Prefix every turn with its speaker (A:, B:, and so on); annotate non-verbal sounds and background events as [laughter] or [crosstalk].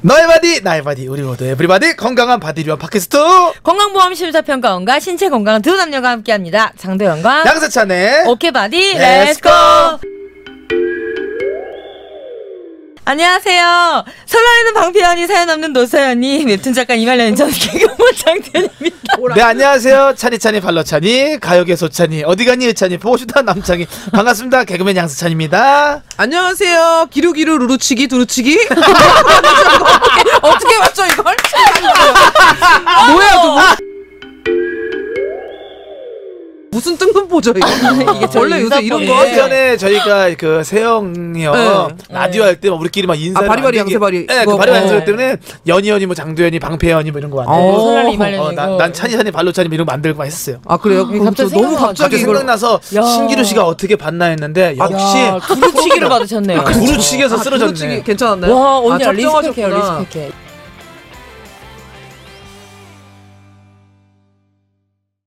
A: 너의 바디 나의 바디 우리 모두 에브리바디 건강한 바디류와 팟캐스트
B: 건강보험 심사평가원과 신체 건강 두 남녀가 함께합니다. 장도연과
C: 네.
A: 양세찬의
C: 어,
B: 오케이 바디
A: Let's
B: 렛츠고. 안녕하세요. 설날에는 방피연이 사연 없는 노사연이 웹툰 작가 이말년 전 개그먼 장도연입니다.
A: 네 안녕하세요 차니차니 발로차니 가요계 소찬이 어디가니 의찬이 보고 싶다 남창이 반갑습니다 개그맨 양세찬입니다
C: 안녕하세요. 기루기루 루루치기 두루치기.
B: [laughs]
C: 어떻게- 어떻게 맞죠 이걸? 아, 뭐야 그거? 무슨 뜬금포죠 이거? 원래 요새 이런
B: 아, 인사법이에요.
C: 거
A: 그 전에 저희가 그 세영이요
C: 네.
A: 라디오 할 때뭐 우리끼리 막 인사
C: 아, 바리바리 양세바리.
A: 예그
C: 그거.
A: 바리바리
C: 어.
A: 양세바리 때문에 연희연이 뭐 장도연이 방패연이 뭐 이런 거 안 되고
C: 어.
B: 설날 이말년이고.
A: 어, 난, 난 차니차니 발로차니 이런 거 만들고 막 했어요
C: 아 그래요? 그럼
B: 갑자기
C: 저 너무
B: 생각나.
C: 갑자기
A: 갑자기
C: 이걸
A: 생각나서
B: 야.
A: 신기루 씨가 어떻게 봤나 했는데
B: 아,
A: 역시
C: [laughs]
B: 두루치기를 받으셨네요.
A: 두루치기에서
C: 아,
A: 쓰러졌네
C: 두루치기 괜찮았나요?
B: 와 언니
C: 아,
B: 리스펙해요
C: 작정하셨구나.
B: 리스펙해.